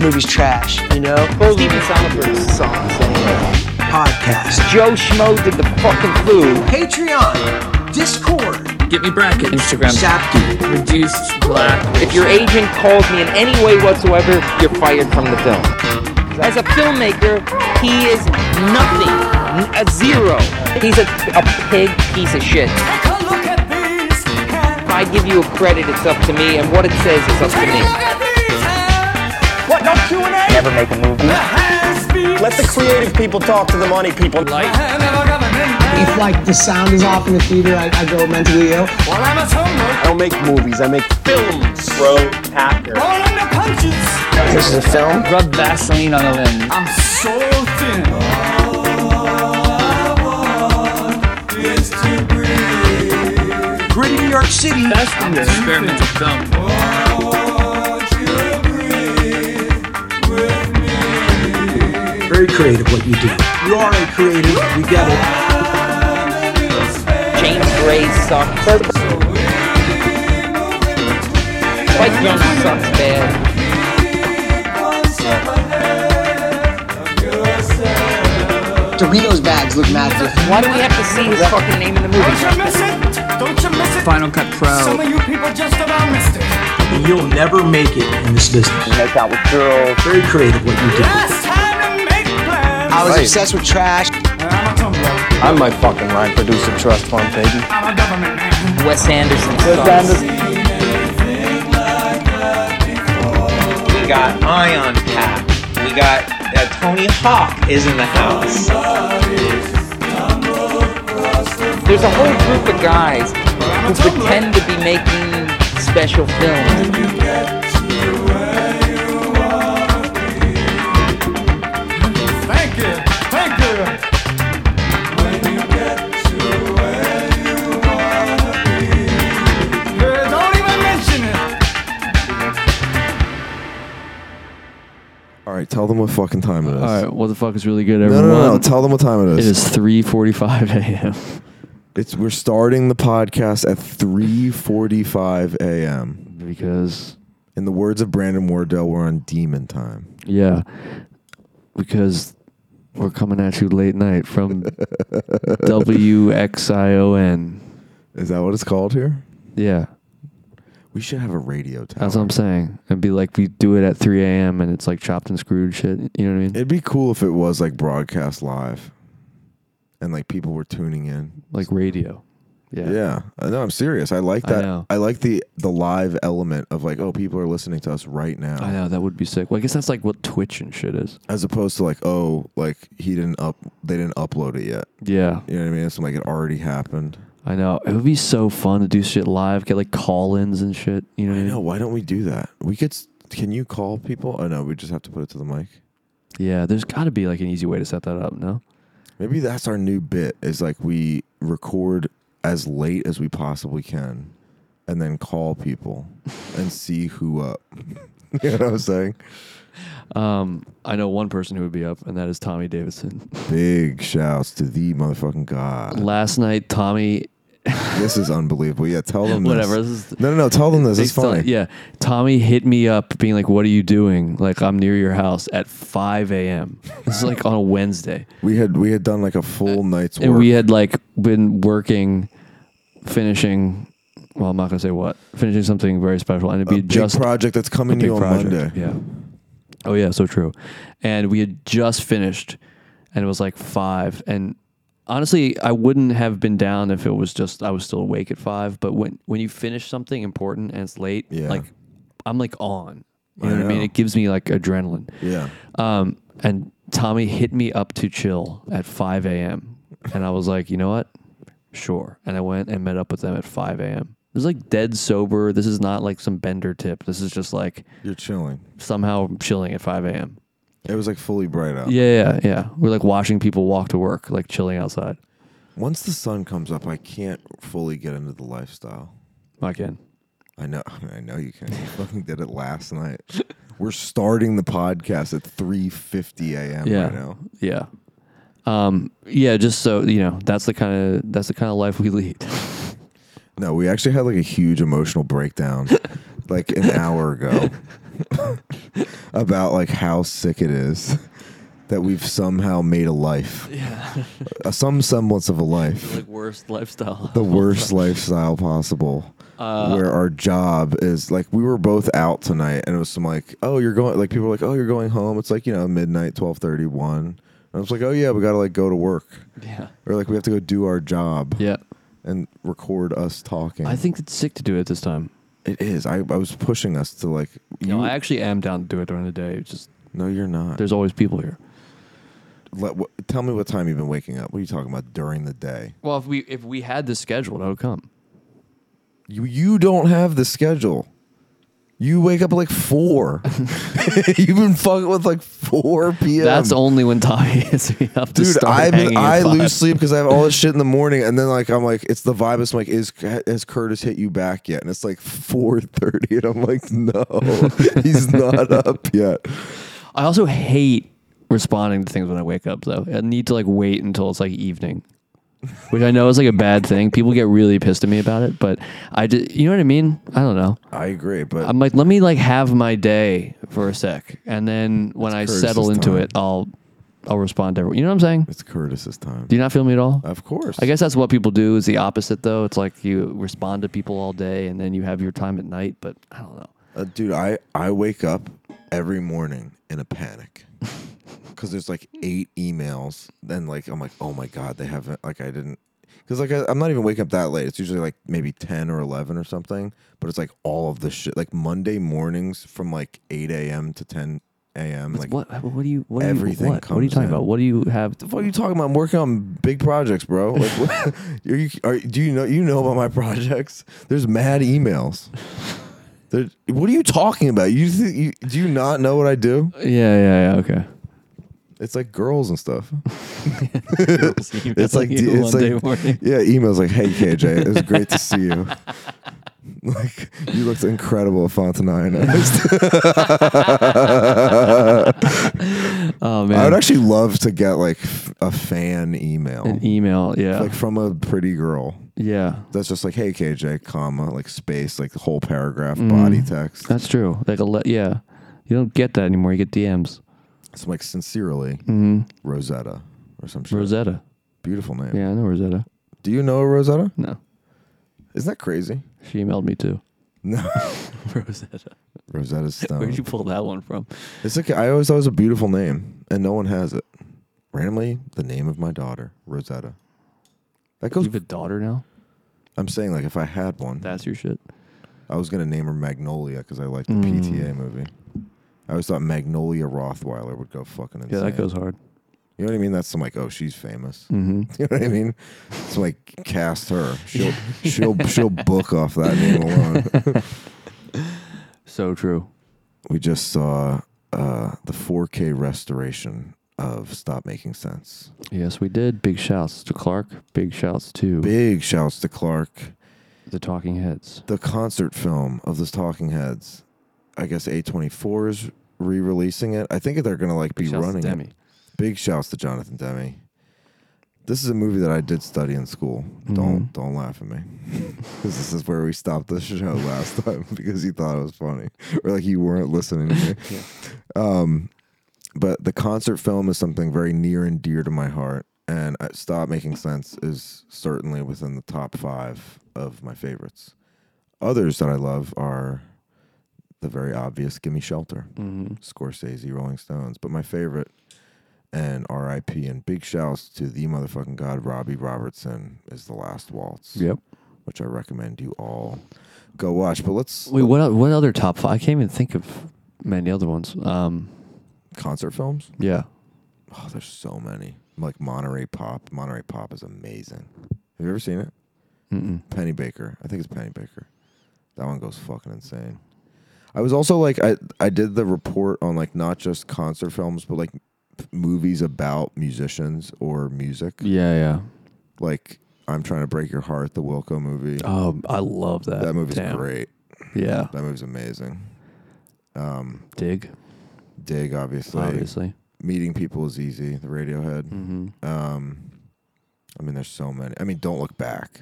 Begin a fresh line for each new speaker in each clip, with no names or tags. movie's trash, you know?
Steven Soderbergh's songs, anyway.
Podcast.
Joe Schmo did the fucking flu.
Patreon. Discord.
Get me brackets. Instagram.
Zapdude.
Reduced black.
If your agent calls me in any way whatsoever, you're fired from the film. As a filmmaker, he is nothing, n- a zero. He's a, a pig piece of shit. If I give you a credit, it's up to me, and what it says is up to me.
What? No Q&A?
Never make a movie.
Let the creative people talk to the money people.
Light.
If like the sound is off in the theater, I, I go mentally ill.
I don't make movies. I make films. Bro, Packer.
This is a film.
Rub Vaseline on a lens.
Gritty New York City.
An experimental film.
Very creative what you do. You are a creative. We get it.
James Gray sucks. Mike Young sucks bad.
Doritos bags look mad for
Why do we have to see his fucking name in the movie?
Final Cut Pro.
You'll never make it in this business.
Make out with girls.
Very creative what you do. I was
Right.
obsessed with trash.
I'm my fucking line producer trust fund, baby.
Wes Anderson sucks.
We got Ion Pack. We got uh, Tony Hawk is in the house.
There's a whole group of guys who pretend to be making special films.
All right, tell them what fucking time it is.
All right, what the fuck is really good,
No,
everyone?
no, no, no. Tell them what time it
It
is.
is 3:45 a.m.
It's we're starting the podcast at 3:45 a.m.
because
In the words of Brandon Wardell, we're on demon time.
yeah, because we're coming at you late night from WXION.
Is that what it's called here?
Yeah,
We should have a radio tower.
that's what I'm saying. It'd be like we do it at 3 a.m. and it's like chopped and screwed shit. You know what I mean?
It'd be cool if it was like broadcast live, and like people were tuning in.
like radio. Yeah.
Yeah, I know. I'm serious. I like
I
that.
know.
like the the live element of like, oh, people are listening to us right now,
I know that would be sick. Well, I guess that's like what Twitch and shit is.
as opposed to like, oh, like he didn't up, they didn't upload it yet.
Yeah,
You know what I mean? It's like it already happened.
I know. It would be so fun to do shit live, get like call-ins and shit. You know, what
I
I mean?
know. Why don't we do that? We could. s- Can you call people? Oh no, we just have to put it to the mic.
Yeah, there's got to be like an easy way to set that up. No.
Maybe that's our new bit. Is like we record as late as we possibly can, and then call people and see who up. you know what I'm saying?
Um, I know one person who would be up, and that is Tommy Davidson.
Big shouts to the motherfucking god.
Last night, Tommy,
This is unbelievable. Yeah, tell them this.
whatever. This is,
No, no, no. Tell them this. It's
they still-
funny.
yeah, Tommy hit me up, being like, "What are you doing? Like, I'm near your house at 5 a.m. This is like on a Wednesday,
We had we had done like a full night's
and
work.
we had like been working, finishing. Well, I'm not gonna say what. Finishing something very special, and it'd
a
be
big
just
project that's coming to
big
you on
project.
Monday.
Yeah. Oh yeah, so true. And we had just finished, and it was like five. And honestly, I wouldn't have been down if it was just I was still awake at five. But when when you finish something important and it's late,
Yeah.
like I'm like on. You know,
I
what I mean?
know.
It gives me like adrenaline.
Yeah.
Um, and Tommy hit me up to chill at 5 a.m. And I was like, you know what? Sure. And I went and met up with them at 5 a.m. It was like dead sober. This is not like some bender tip. This is just like
You're chilling.
somehow chilling at 5 a.m.
It was like fully bright out.
Yeah, yeah, yeah. We're like watching people walk to work, like chilling outside.
Once the sun comes up, I can't fully get into the lifestyle.
I can.
I know, I know you can. You fucking did it last night. We're starting the podcast at three fifty a.m.
Yeah.
right now.
Yeah. Um, yeah, just so you know, that's the kind of that's the kind of life we lead.
No, we actually had like a huge emotional breakdown like an hour ago. about like how sick it is that we've somehow made a life, Uh, some semblance of a life,
like worst lifestyle.
the worst lifestyle possible.
Uh,
where our job is like we were both out tonight and it was some like oh you're going like people were like oh you're going home it's like you know midnight 12:31 and I was like oh yeah we got to like go to work
yeah.
or like we have to go do our job
Yeah.
and record us talking
I think it's sick to do it this time.
it is I, I was pushing us to like you
no, I actually am down to do it during the day. It's just
no you're not
there's always people here.
Let, what, tell me what time you've been waking up. What are you talking about during the day?
Well, if we if we had this scheduled, I would come.
You you don't have the schedule. You wake up at like four. You've been fucking with like four p.m.
That's only when Tommy hits me up to
Um, Dude,
start
I've
hanging
been,
at
I
five.
lose sleep because I have all this shit in the morning, and then like I'm like, it's the vibe. It's like, is has Curtis hit you back yet? And it's like four thirty, and I'm like, no, he's not up yet.
I also hate responding to things when I wake up though. I need to like wait until it's like evening. Which I know is like a bad thing. People get really pissed at me about it, but I did, you know what I mean? I don't know.
I agree, but
I'm like, let me like have my day for a sec, and then when I
Curtis's
settle into
time.
it, I'll I'll respond to everyone. You know what I'm saying?
it's Curtis's time.
Do you not feel me at all?
of course,
I guess that's what people do. Is the opposite though. It's like you respond to people all day, and then you have your time at night. But I don't know.
Uh, dude, I, I wake up every morning in a panic because there's like eight emails. Then like I'm like, oh my god, they haven't like I didn't because like I, I'm not even waking up that late. It's usually like maybe ten or eleven or something. But it's like all of the shit like Monday mornings from like eight a.m. to ten a.m. Like
What what do you what do
everything
you, what? what are you
comes
talking
in.
about? What do you have?
the fuck are you talking about? I'm working on big projects, bro. Like, what, are you, are, do you know you know about my projects? There's mad emails. There, what are you talking about? You, th- you do you not know what I do?
Yeah yeah yeah okay.
It's like girls and stuff.
it's
It's like it's like yeah, emails like, "Hey KJ, it was great to see you. Like you looked incredible at Fontana.
Oh
I
man,
would actually love to get like f- a fan email,
an email. Yeah
like from a pretty girl.
yeah.
That's just like, "Hey KJ, comma like space like the whole paragraph body text."
Mm-hmm. That's true. Like a le- yeah, you don't get that anymore. You get DMs.
It's like sincerely Rosetta or some shit.
Mm-hmm. Rosetta.
Beautiful name.
Yeah, I know Rosetta.
Do you know a Rosetta?
No,
Isn't that crazy?
she emailed me too.
No,
Rosetta.
Rosetta Stone.
Where'd you pull that one from?
It's like I always thought it was a beautiful name, and no one has it. Randomly, the name of my daughter, Rosetta. That
You
goes.
have a daughter now.
I'm saying like if I had one,
That's your shit.
I was gonna name her Magnolia because I
Mm.
liked the PTA movie. I always thought Magnolia Rothweiler would go fucking
Yeah,
insane.
that goes hard.
You know what I mean? That's some like, oh, she's famous. Mm-hmm. You know what I mean? It's like cast her. She'll she'll she'll book off that name alone.
So true.
we just saw uh, the 4K restoration of Stop Making Sense.
Yes, we did. Big shouts to Clark. Big shouts to
Big shouts to Clark.
the Talking Heads.
the concert film of the Talking Heads. I guess A24 is re-releasing it. I think they're gonna like be
Shouts to
running
Demi.
it. Big shouts to Jonathan Demi. This is a movie that I did study in school. Don't don't laugh at me, because this is where we stopped the show last time because you thought it was funny or like you weren't listening to me. Um, but the concert film is something very near and dear to my heart, and uh, Stop Making Sense is certainly within the top five of my favorites others that I love are the very obvious "Gimme Shelter," Scorsese, Rolling Stones. But my favorite and R.I.P. and big shouts to the motherfucking god Robbie Robertson is "The Last Waltz,"
Yep.
which I recommend you all go watch. But let's
Wait, what? o- What other top five? I can't even think of many other ones. Um,
concert films.
yeah.
Oh, there's so many. Like Monterey Pop. Monterey Pop is amazing. Have you ever seen it?
Mm-mm.
Penny Baker. I think it's Penny Baker. That one goes fucking insane. I was also like, I I did the report on like not just concert films, but like p- movies about musicians or music.
Yeah, yeah.
Like I'm trying to break your heart, the Wilco movie.
Um, I love that.
that movie's
Damn.
great.
Yeah.
That movie's amazing.
Dig,
Dig, obviously.
obviously.
Meeting people is easy. The Radiohead. Um, I mean, there's so many. I mean, Don't Look Back.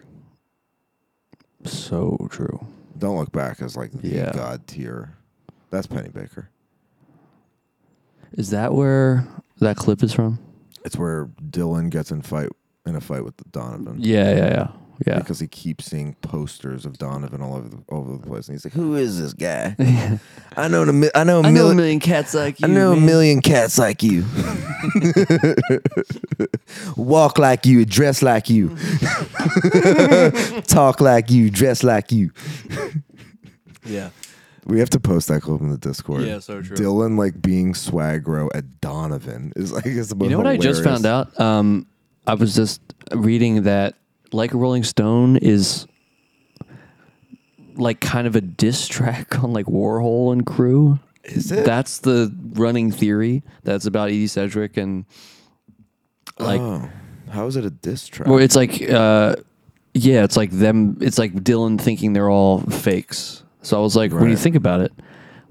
So true.
Don't Look Back is like the
Yeah.
god tier That's Penny Baker.
Is that where that clip is from?
It's where Dylan gets in fight in a fight with Donovan.
Yeah, yeah, yeah, yeah.
Because he keeps seeing posters of Donovan all over the, all over the place, and he's like, "Who is this guy? I know the mi- I know a
I know a
million
million cats like you.
I know a
man.
million cats like you, walk like you, dress like you, talk like you, dress like you."
Yeah.
We have to post that clip in the Discord.
Yeah, so true.
Dylan like being swagro at Donovan is like is the most
You know what I just
hilarious-
found out? Um, I was just reading that like a Rolling Stone is like kind of a diss track on like Warhol and crew.
Is it?
That's the running theory. That's about Edie Sedgwick and like
oh, how is it a diss track?
well, it's like uh, yeah, it's like them. It's like Dylan thinking they're all fakes. So I was like, when you
Right.
think about it,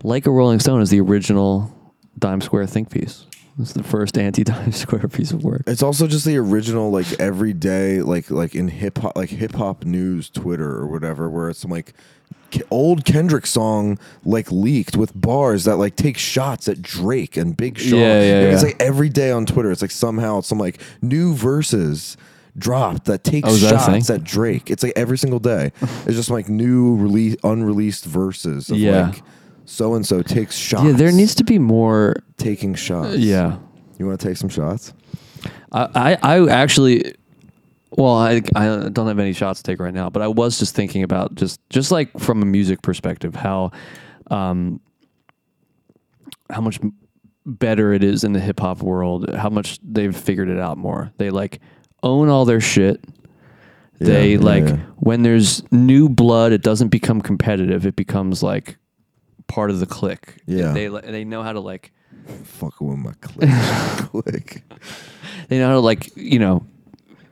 like a Rolling Stone is the original Dime Square think piece. It's the first anti-Dime Square piece of work.
It's also just the original, like everyday, like like in hip hop, like hip hop news, Twitter or whatever, where it's some like K- old Kendrick song like leaked with bars that like take shots at Drake and Big Sean.
Yeah, yeah,
And It's
yeah.
like every day on Twitter, it's like somehow it's some like new verses dropped that takes
Oh, is that a
shots
thing?
at Drake. It's like every single day. It's just like new release, unreleased verses. Of
Yeah.
like So and so takes shots.
Yeah, there needs to be more.
taking shots.
Yeah,
You want to take some shots?
I, I, I actually, well, I, I don't have any shots to take right now, but I was just thinking about just, just like from a music perspective, how, um, how much m- better it is in the hip hop world, how much they've figured it out more. They like own all their shit. They
Yeah, yeah,
like
yeah.
when there's new blood, it doesn't become competitive. It becomes like part of the clique.
Yeah.
They li- they know how to like
fucking with my click. click.
they know how to like you know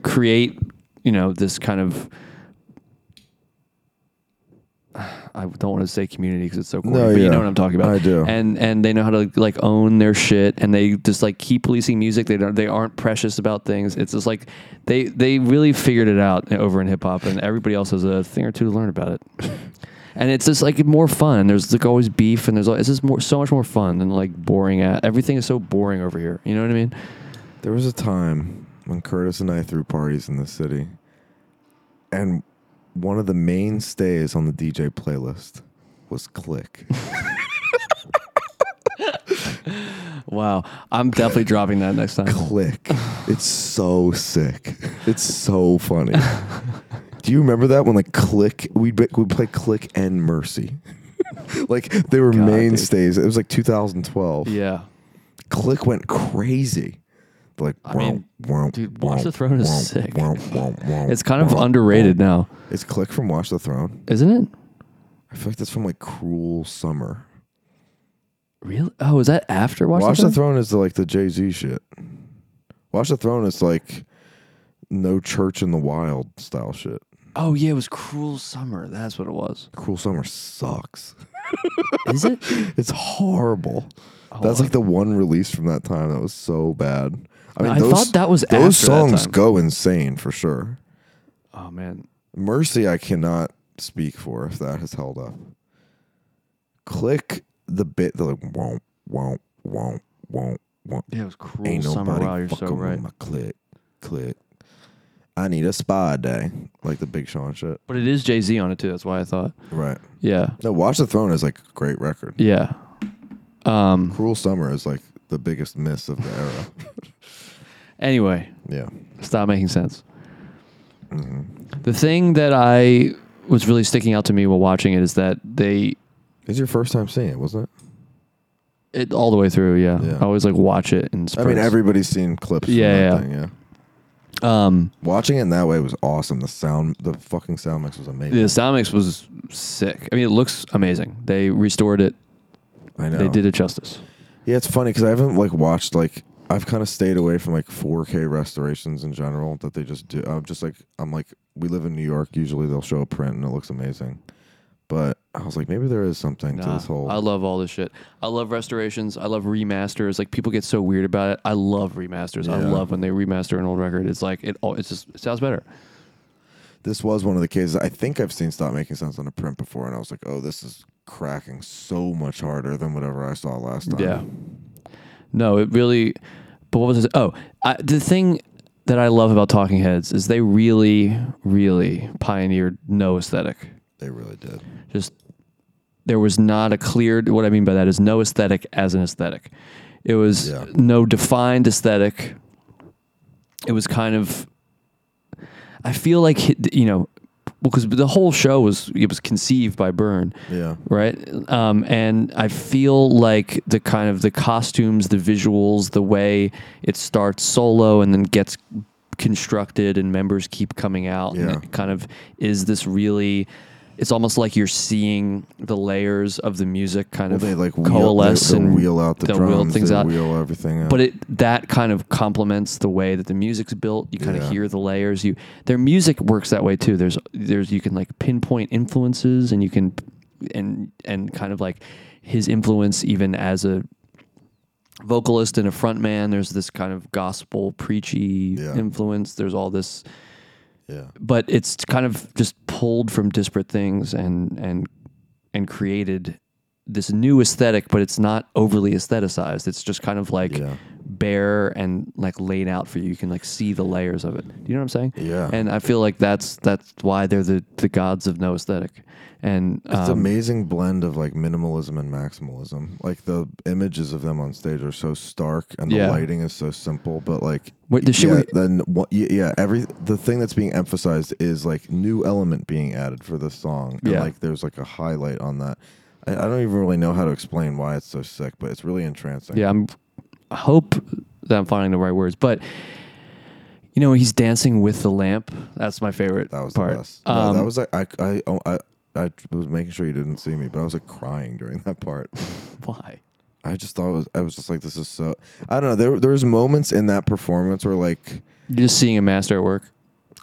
create you know this kind of I don't want to say community because it's so corny,
No,
but you
yeah.
know what I'm talking about.
I do.
and and they know how to like own their shit, and they just like keep policing music. They don't, they aren't precious about things. It's just like they they really figured it out over in hip hop, and everybody else has a thing or two to learn about it. and it's just like more fun. And there's like always beef, and there's al- it's just more so much more fun than like boring. At everything is so boring over here. You know what I mean?
There was a time when Curtis and I threw parties in the city, and one of the mainstays on the DJ playlist was Click.
Wow. I'm definitely dropping that next time.
click. It's so sick. It's so funny. Do you remember that when like click we would we play click and mercy. like they were
God, dude.
mainstays. It was like 2012.
Yeah.
Click went crazy. Like,
I mean,
wow, wow,
dude, Watch
wow,
the Throne is
wow,
sick.
wow, wow, wow,
It's kind of
wow,
underrated
wow.
now,
It's Click from Watch the Throne.
isn't it?
I feel like that's from like Cruel Summer.
Really? Oh, is that after Watch,
Watch
the,
the Throne is like the Jay Z shit. Watch the Throne is like no church in the wild style shit.
Oh, yeah. It was Cruel Summer. That's what it was.
Cruel Summer sucks.
Is it?
It's horrible.
Oh,
That's like the one release from that time that was so bad. I mean,
I
those,
thought that was
those
after that
songs
time.
go insane for sure.
oh, man.
Mercy, I cannot speak for if that has held up. Click the bit. They're like won't, won't, won't, won't, won't.
Yeah, it was Cruel
Ain't
Summer.
nobody
Wow, you're so
fucking with
right.
my click, click. I need a spa day, like the Big Sean shit.
But it is Jay Z on it, too. That's why I thought.
Right.
Yeah.
No, Watch the Throne is like a great record.
Yeah. Um.
Cruel Summer is like the biggest miss of the era.
Anyway,
yeah.
stop making sense.
Mm-hmm.
The thing that I was really sticking out to me while watching it is that they
It's your first time seeing it, wasn't it?
It all the way through, yeah.
Yeah.
I always like watch it and.
I mean, everybody's seen clips. from
Yeah,
that
yeah.
Thing, yeah.
um
Watching it in that way was awesome. The sound, the fucking sound mix was amazing.
the sound mix was sick. I mean, it looks amazing. They restored it.
I know
They did it justice.
Yeah, it's funny because I haven't like watched like I've kind of stayed away from like 4K restorations in general that they just do. I'm just like I'm like we live in New York. Usually they'll show a print and it looks amazing, but I was like maybe there is something to this whole.
Ah. I love all this shit. I love restorations. I love remasters. Like people get so weird about it. I love remasters. I
Yeah.
love when they remaster an old record. It's like it. all It's just it sounds better.
this was one of the cases I think I've seen Stop Making Sense on a print before, and I was like, oh, this is cracking so much harder than whatever I saw last time.
Yeah. No, it really. But what was it? Oh, I, the thing that I love about Talking Heads is they really, really pioneered no aesthetic.
They really did.
Just there was not a clear. What I mean by that is no aesthetic as an aesthetic. It was
Yeah.
no defined aesthetic. It was kind of. I feel like he- you know, because the whole show was it was conceived by Byrne
Yeah.
right um, and i feel like the kind of the costumes the visuals the way it starts solo and then gets constructed and members keep coming out
Yeah.
and it kind of is this really it's almost like you're seeing the layers of the music kind
Well,
of
they like wheel,
coalesce
they, they'll
and
wheel out the
they'll
drums,
wheel things
they
out
wheel everything out.
but it that kind of complements the way that the music's built. You kind
Yeah.
of hear the layers. You their music works that way too. There's there's you can like pinpoint influences and you can and and kind of like his influence even as a vocalist and a front man. There's this kind of gospel preachy
Yeah.
influence. There's all this
yeah,
but it's kind of just pulled from disparate things and and and created this new aesthetic but it's not overly aestheticized it's just kind of like
Yeah.
bare and like laid out for you you can like see the layers of it do you know what i'm saying
Yeah.
and i feel like that's that's why they're the the gods of no aesthetic and
it's
um,
amazing blend of like minimalism and maximalism. Like the images of them on stage are so stark, and the
Yeah.
lighting is so simple. But like,
Wait, the shit
yeah,
we-
then what, yeah, yeah, every the thing that's being emphasized is like new element being added for this song. And
Yeah.
like there's like a highlight on that. I, I don't even really know how to explain why it's so sick, but it's really entrancing.
yeah i'm I hope that i'm finding the right words but you know he's dancing with the lamp that's my favorite
That was
part Um,
the best. No, that was like I I, oh, I I was making sure you didn't see me, but I was like crying during that part.
why
I just thought it was, I was just like this is so I don't know. There there was moments in that performance where like
you're just seeing a master at work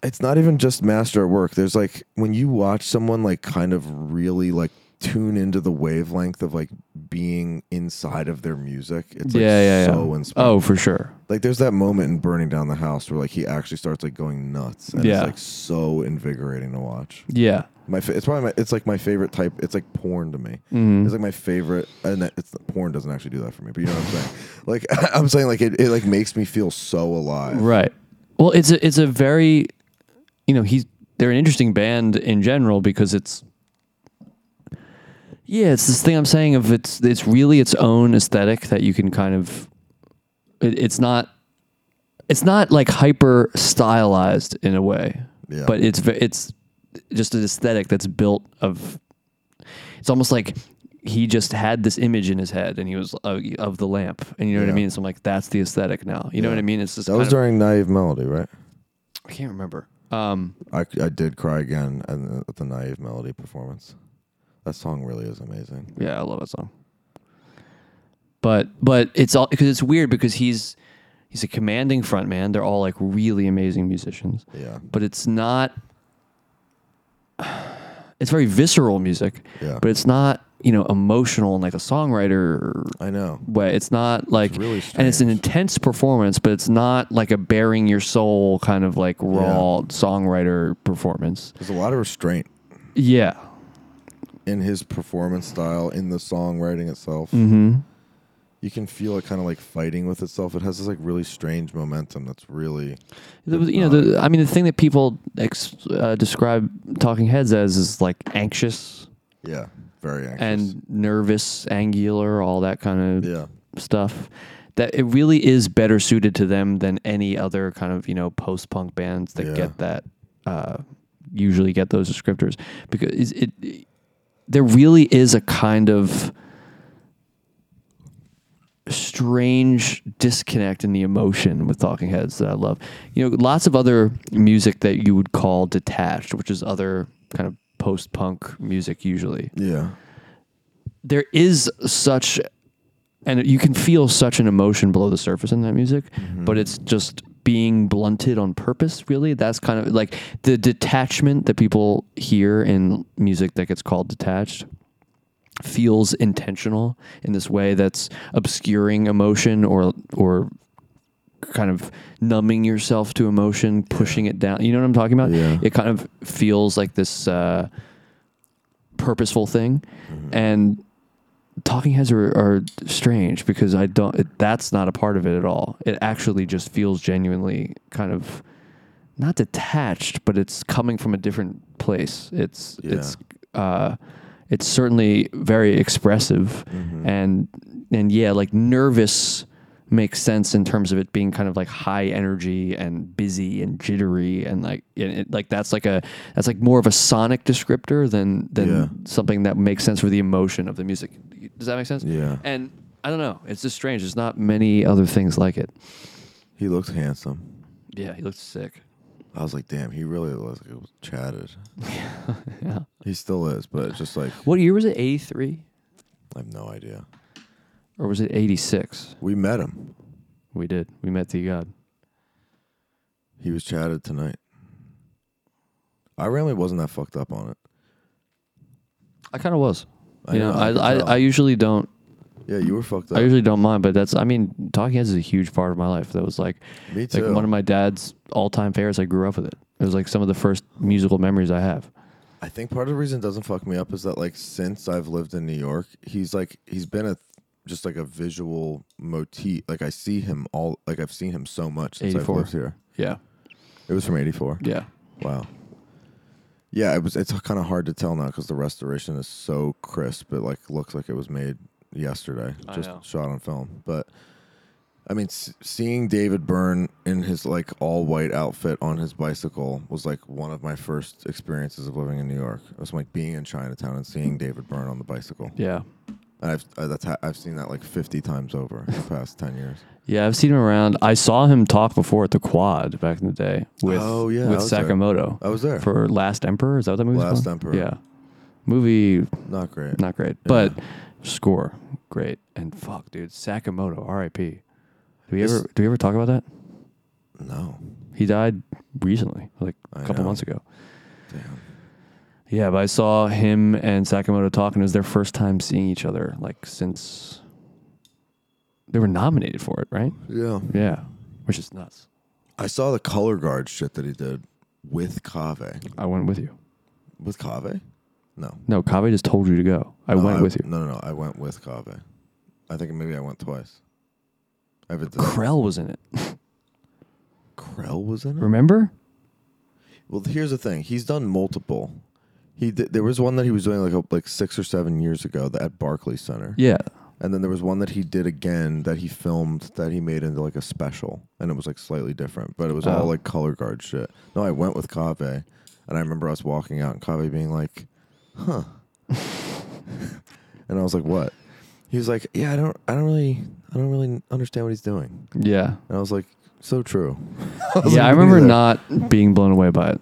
it's not even just master at work. There's like when you watch someone like kind of really like tune into the wavelength of like being inside of their music. It's like so inspiring.
Oh, for sure.
Like there's that moment in Burning Down the House where like he actually starts like going nuts and
Yeah.
it's like so invigorating to watch.
Yeah.
My fa- it's probably my, it's like my favorite type. It's like porn to me. It's like my favorite, and that- it's porn doesn't actually do that for me. But you know what I'm saying? Like I'm saying, like it, it like makes me feel so alive.
Right. Well, it's a it's a very, you know, he's they're an interesting band in general because it's. Yeah, it's this thing I'm saying of it's it's really its own aesthetic that you can kind of, it, it's not, it's not like hyper stylized in a way,
Yeah.
but it's ve- it's just an aesthetic that's built of it's almost like he just had this image in his head and he was uh, of the lamp and you know what
Yeah.
i mean so i'm like that's the aesthetic now you know what i mean it's just
That was
kind of-
during Naive Melody, right?
i can't remember um
I, I did cry again at the, at the Naive Melody performance. That song really is amazing.
yeah i love that song but but it's all because it's weird because he's he's a commanding front man they're all like really amazing musicians
Yeah.
but it's not it's very visceral music
Yeah.
but it's not you know emotional in like a songwriter
I know.
way. It's not like,
really
and it's an
strange.
intense performance, but it's not like a bearing your soul kind of like raw songwriter performance.
There's a lot of restraint
Yeah,
in his performance style, in the songwriting itself. You can feel it kind of like fighting with itself. It has this like really strange momentum that's really
The- you know, the, I mean, the thing that people ex, uh, describe Talking Heads as is like anxious
Yeah, very anxious.
and nervous, angular, all that kind of
yeah,
stuff. That it really is better suited to them than any other kind of you know post punk bands that
Yeah.
get that uh, usually get those descriptors because it's- it, it there really is a kind of strange disconnect in the emotion with Talking Heads that I love. You know, lots of other music that you would call detached, which is other kind of post punk music usually
yeah,
there is such and you can feel such an emotion below the surface in that music but it's just being blunted on purpose really that's kind of like the detachment that people hear in music that gets called detached feels intentional in this way that's obscuring emotion or or kind of numbing yourself to emotion pushing it down you know what i'm talking about
Yeah.
it kind of feels like this uh purposeful thing, and talking heads are, are strange because I don't. It, that's not a part of it at all. It actually just feels genuinely kind of not detached, but it's coming from a different place. It's it's uh, it's certainly very expressive, and and yeah, like nervous makes sense in terms of it being kind of like high energy and busy and jittery and like it, it- like that's like a that's like more of a sonic descriptor than than
Yeah.
something that makes sense for the emotion of the music. Does that make sense?
Yeah.
And I don't know. It's just strange. There's not many other things like it.
He looked handsome.
Yeah, he looked sick.
I was like, damn, he really looks like he was chatted. yeah. He still is, but it's just like
What year was it? 83
I have no idea.
or was it 86?
We met him.
We did. We met the God.
He was chatted tonight. I really wasn't that fucked up on it.
I kind of was.
I
you know,
know, I
I,
can
I,
tell.
I, usually don't.
Yeah, you were fucked up.
I usually don't mind, but that's. I mean, Talking Heads is a huge part of my life. That was like,
Me
like
too.
one of my dad's all-time favorites. I grew up with it. It was like some of the first musical memories I have.
I think part of the reason it doesn't fuck me up is that like since I've lived in New York, he's like he's been a just like a visual motif. Like I see him all like I've seen him so much since I've
84.
lived here.
Yeah.
It was from '84.
Yeah.
Wow. Yeah, it was. It's kind of hard to tell now because the restoration is so crisp. It like looks like it was made yesterday,
I
just
know.
shot on film. But I mean, s- seeing David Byrne in his like all white outfit on his bicycle was like one of my first experiences of living in New York. It was like being in Chinatown and seeing David Byrne on the bicycle.
Yeah.
And I've uh, that's ha- I've seen that like fifty times over in the past ten years.
Yeah, I've seen him around. I saw him talk before at the Quad back in the day with
Oh, yeah, I
with
was there.
Sakamoto.
I was there.
for Last Emperor. Is that what that movie?
Last
called?
Emperor.
Yeah, movie
Not great.
not great, but score great. And fuck, dude, Sakamoto, R.I.P. Do we
This-
ever do we ever talk about that?
no.
He died recently, like
I
a couple
know.
months ago.
Damn.
Yeah, but I saw him and Sakamoto talking. It was their first time seeing each other, like since they were nominated for it, right?
Yeah.
Yeah, which is nuts.
I saw the color guard shit that he did with Kave.
I went with you.
With Kave? No.
No, Kaveh just told you to go. I
No,
went with you.
No, no, no. I went with Kave. I think maybe I went twice. I have a
Krell was in it.
Krell was in it.
Remember?
Well, here's the thing. He's done multiple. He did, there was one that he was doing like a, like six or seven years ago that- at Barclays Center,
Yeah.
and then there was one that he did again that he filmed that he made into like a special, and it was like slightly different, but it was all
Oh.
like color guard shit. No, I went with Kave, and I remember us walking out and Kave being like, "Huh," and I was like, "What?" He was like, "Yeah, I don't, I don't really, I don't really understand what he's doing,"
Yeah.
and I was like, "So true."
yeah, I remember not being blown away by it.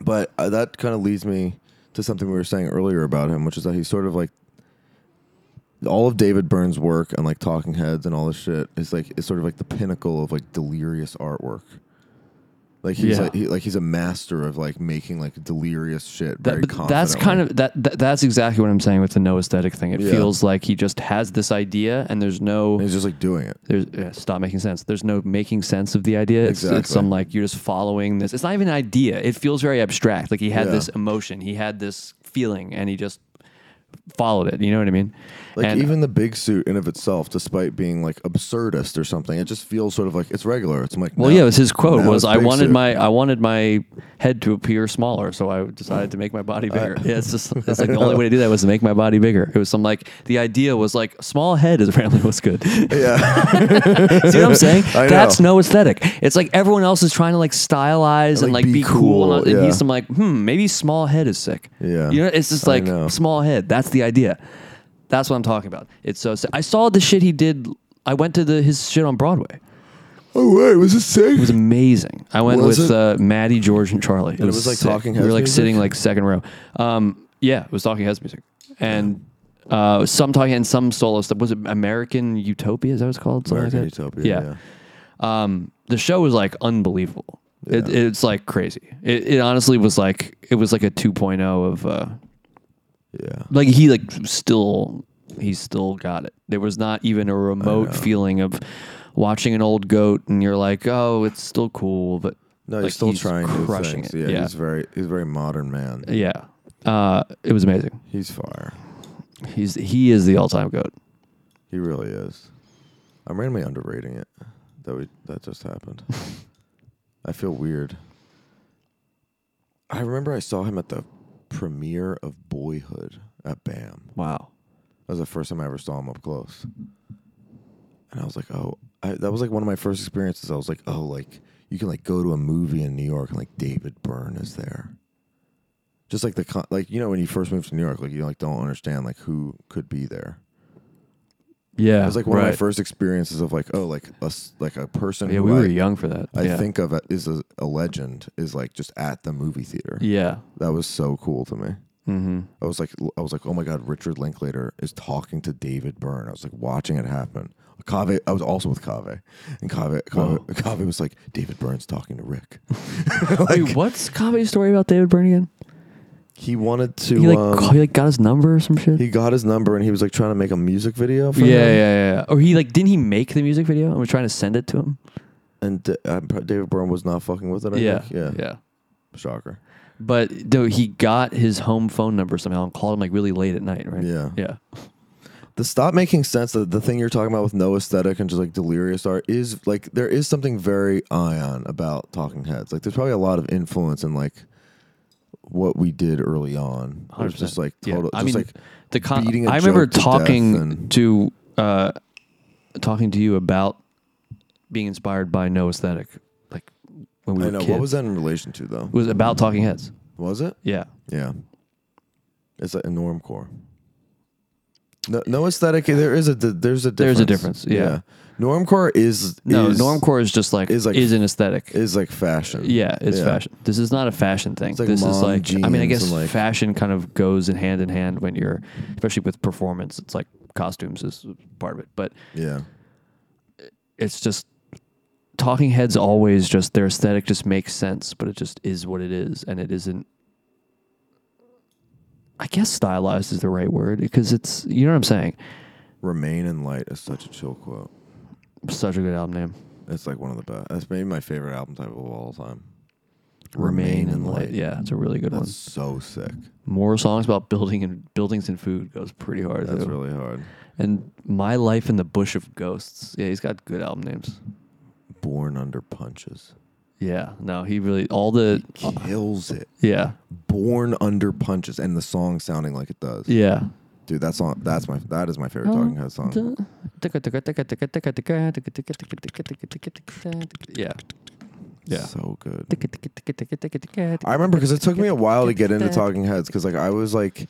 But uh, that kind of leads me to something we were saying earlier about him, which is that he's sort of like all of David Byrne's work and like Talking Heads and all this shit is like is sort of like the pinnacle of like delirious artwork. Like he's
Yeah.
like, he, like he's a master of like making like delirious shit.
That-
very
but that's
confidently.
kind of that, that. That's exactly what I'm saying with the no aesthetic thing. It
Yeah.
feels like he just has this idea, and there's no
And he's just like doing it.
there's yeah, stop making sense. There's no making sense of the idea. It's, it's
Exactly.
some like you're just following this. It's not even an idea. It feels very abstract. Like he had
Yeah.
this emotion, he had this feeling, and he just followed it. You know what I mean?
Like
And-
even the big suit in of itself, despite being like absurdist or something, it just feels sort of like it's regular. It's like
Well,
no,
yeah, it was his quote
now
was
it's
I
Big
wanted
Suit."
my I wanted my head to appear smaller, so I decided to make my body
Uh,
bigger. yeah, it's just it's like the only way to do that was to make my body bigger. It was some like the idea was like small head is apparently what's good.
yeah.
See what I'm saying?
I
That's
know.
no aesthetic. It's like everyone else is trying to like stylize and like be, cool, and, all- and
yeah.
he's some like hmm maybe small head is sick.
Yeah.
you know it's just
I
like
know.
small head. That's the idea. That's what I'm talking about. It's so sick. I saw the shit he did. I went to the his shit on Broadway.
oh wait, was it sick?
It was amazing. I went
Was
with
it?
uh, Maddie, George, and Charlie. And it
was, like, Talking
We
Heads
were like
music?
sitting like second row. Um, yeah, it was Talking Heads music, and uh, some talking and some solo stuff. Was it American Utopia? Is that what it's called? Something
American
like that?
Utopia. yeah.
Um, the show was like unbelievable. It, it's like crazy. It, it honestly was like it was like a 2.0 of uh,
yeah.
like he like still he still got it. There was not even a remote feeling of watching an old goat and you're like, oh, it's still cool, but
No,
like,
he's still trying
crushing
to
it.
Yeah,
Yeah,
he's very he's a very modern man.
yeah. Uh, it was amazing.
He's fire.
He's he is the all time goat.
He really is. I'm randomly underrating it. That we that just happened. I feel weird. I remember I saw him at the premiere of Boyhood at BAM.
Wow.
That was the first time I ever saw him up close. And I was like, oh, I, that was like one of my first experiences. I was like, oh, like you can like go to a movie in New York and like David Byrne is there. Just like the con- like you know when you first move to New York, like you like don't understand like who could be there.
Yeah,
It was like one of my
right.
first experiences of like, oh, like us, like a person.
Yeah,
who
we
I,
were young for that.
I
yeah.
think of it is a, a legend is like just at the movie theater.
Yeah.
That was so cool to me. I was like, I was like, oh my god, Richard Linklater is talking to David Byrne. I was like watching it happen. Kave, I was also with Kave, and Kave, Kave, Kave was like, David Byrne's talking to Rick.
Wait, what's Kave's story about David Byrne again?
He wanted to.
He like,
um,
ca- he like got his number or some shit.
he got his number and he was like trying to make a music video. For
yeah, yeah,
him.
yeah, yeah. Or he like didn't he make the music video and was trying to send it to him?
And uh, David Byrne was not fucking with it. I
yeah,
think. yeah,
yeah.
Shocker.
But though he got his home phone number somehow and called him like really late at night, right?
Yeah.
yeah.
the stop making sense that the thing you're talking about with no aesthetic and just like delirious art is like there is something very ion about talking heads like there's probably a lot of influence in like what we did early on It was just like
Yeah.
total
I
just
mean,
like
the con-
beating a
I remember
joke to death
talking
and-
to uh, talking to you about being inspired by no aesthetic, like when we
i
were
know
kids.
what was that in relation to though
It was about Talking Heads.
was it
Yeah,
yeah it's like a norm core no, no aesthetic there is a di- there's a difference
There's a difference, yeah.
norm core is
no,
is,
normcore is just like
is
is,
like-
an aesthetic.
is like fashion
yeah, it's fashion. This is not a fashion thing.
like
this is
mom
like I mean, I
jeans
guess
and, like-
fashion kind of goes in hand in hand when you're, especially with performance. It's like costumes is part of it, but
yeah
it's just talking heads always just their aesthetic just makes sense but it just is what it is and it isn't i guess stylized is the right word because it's you know what i'm saying
remain in light is such a chill quote
such a good album name
It's like one of the best. That's maybe my favorite album title of all time.
yeah it's a really good
That's so sick.
one more songs about building and buildings and food goes pretty hard
That's
though.
really hard.
and my life in the bush of ghosts yeah he's got good album names
Born under punches.
yeah no he really all the
Kills it.
yeah
Born under punches and the song sounding like it does.
yeah
Dude, that song that's my that is my favorite talking head song.
Yeah. Yeah.
So good. I remember because it took me a while to get into Talking Heads because like I was like,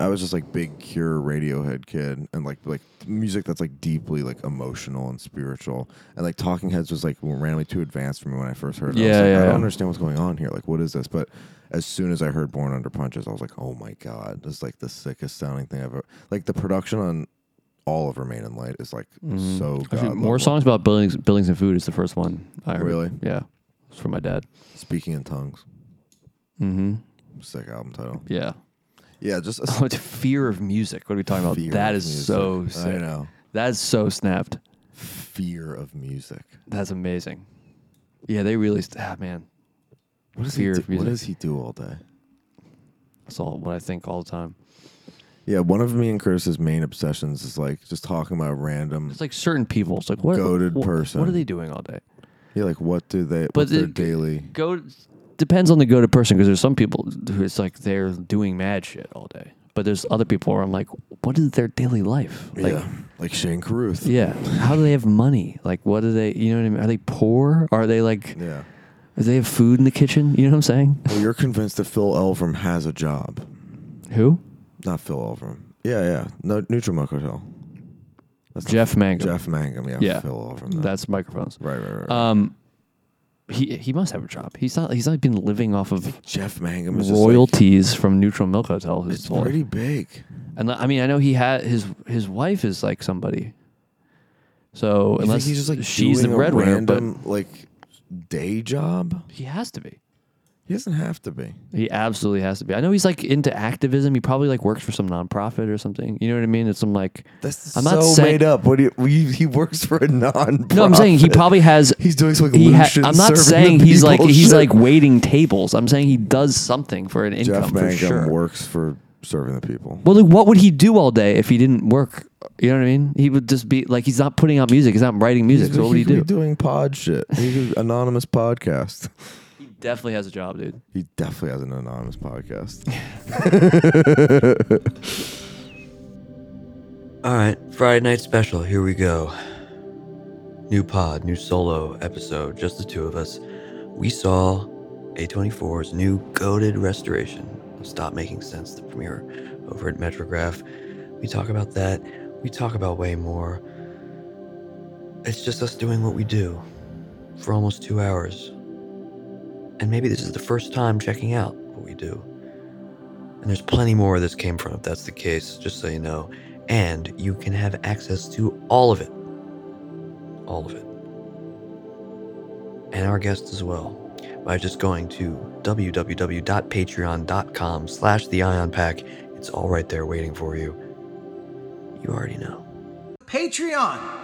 I was just like big Cure Radiohead kid and like like music that's like deeply like emotional and spiritual and like Talking Heads was like randomly too advanced for me when I first heard it. I was
Yeah,
like,
yeah,
I don't
yeah.
understand what's going on here. Like, what is this? But as soon as I heard Born Under Punches, I was like, oh my god, this is like the sickest sounding thing I've ever. Like the production on all of Remain in Light is like so good.
Mm-hmm. Actually, more songs about buildings, buildings and food is the first one. I heard.
Uh, Really?
Yeah. It's from my dad.
Speaking in tongues. Mm-hmm. Sick album title.
Yeah.
Yeah, just a
Oh, it's fear of music. What are we talking about?
Fear
Oh, that
of
is
music.
so sick.
I know.
That is so snapped.
Fear of music.
That's amazing. Yeah, they really. St- ah, man,
What does
Fear
he
of
do? What
music.
does he do all day?
that's all what I think all the time.
Yeah, one of me and Curtis's main obsessions is like just talking about random.
It's like certain people. It's like what?
Goated
what,
person.
What are they doing all day?
Yeah, like what do they?
But
what's their
it-
daily?
go depends on the go to person because there's some people who it's like they're doing mad shit all day but there's other people where i'm like what is their daily life like
yeah, like Shane Carruth.
yeah how do they have money like what do they you know what i mean are they poor are they like do
Yeah.
they have food in the kitchen you know what i'm saying
Well, you're convinced that Phil Elverum has a job,
who
not Phil Elverum. Yeah, yeah. No, Nutrimug Hotel.
jeff mango
Jeff Mangum. Yeah,
Yeah.
Phil Elverum. though.
that's microphones
right, right, right. right.
um he he must have a job he's not he's not been living off of
Jeff Mangum is Just
royalties from neutral milk hotel his
like,
whole-
pretty big.
And I mean, I know he had his his wife is like somebody. So
You
unless
think he's just like
she's the
doing a
breadwinner,
random like day job.
but he has to be.
He doesn't have to be.
He absolutely has to be. I know he's like into activism. He probably like works for some nonprofit or something. You know what I mean? It's some like
That's
I'm
so
not saying-
made up. What do you, we, he works for a non.
No, I'm saying he probably has.
He's doing some, like,
he
Lucian
I'm not
serving the
saying he's like
people
he's
shit.
like waiting tables. I'm saying he does something for an income
Jeff
for
Mangum
sure.
works for serving the people.
Well, like, what would he do all day if he didn't work? You know what I mean? He would just be like he's not putting out music. He's not writing music. so what would he
could
do?
be doing pod shit. He could anonymous podcast.
He definitely has a job, dude.
He definitely has an anonymous podcast.
All right, Friday night special. Here we go. New pod, new solo episode, just the two of us. We saw A24's new goaded restoration of Stop Making Sense, the premiere over at Metrograph. We talk about that. We talk about way more. It's just us doing what we do for almost two hours. And maybe this is the first time checking out what we do. And there's plenty more where this came from, if that's the case, just so you know. And you can have access to all of it. All of it. And our guests as well. By just going to www.patreon.com slash the Ion Pack. It's all right there waiting for you. You already know.
Patreon.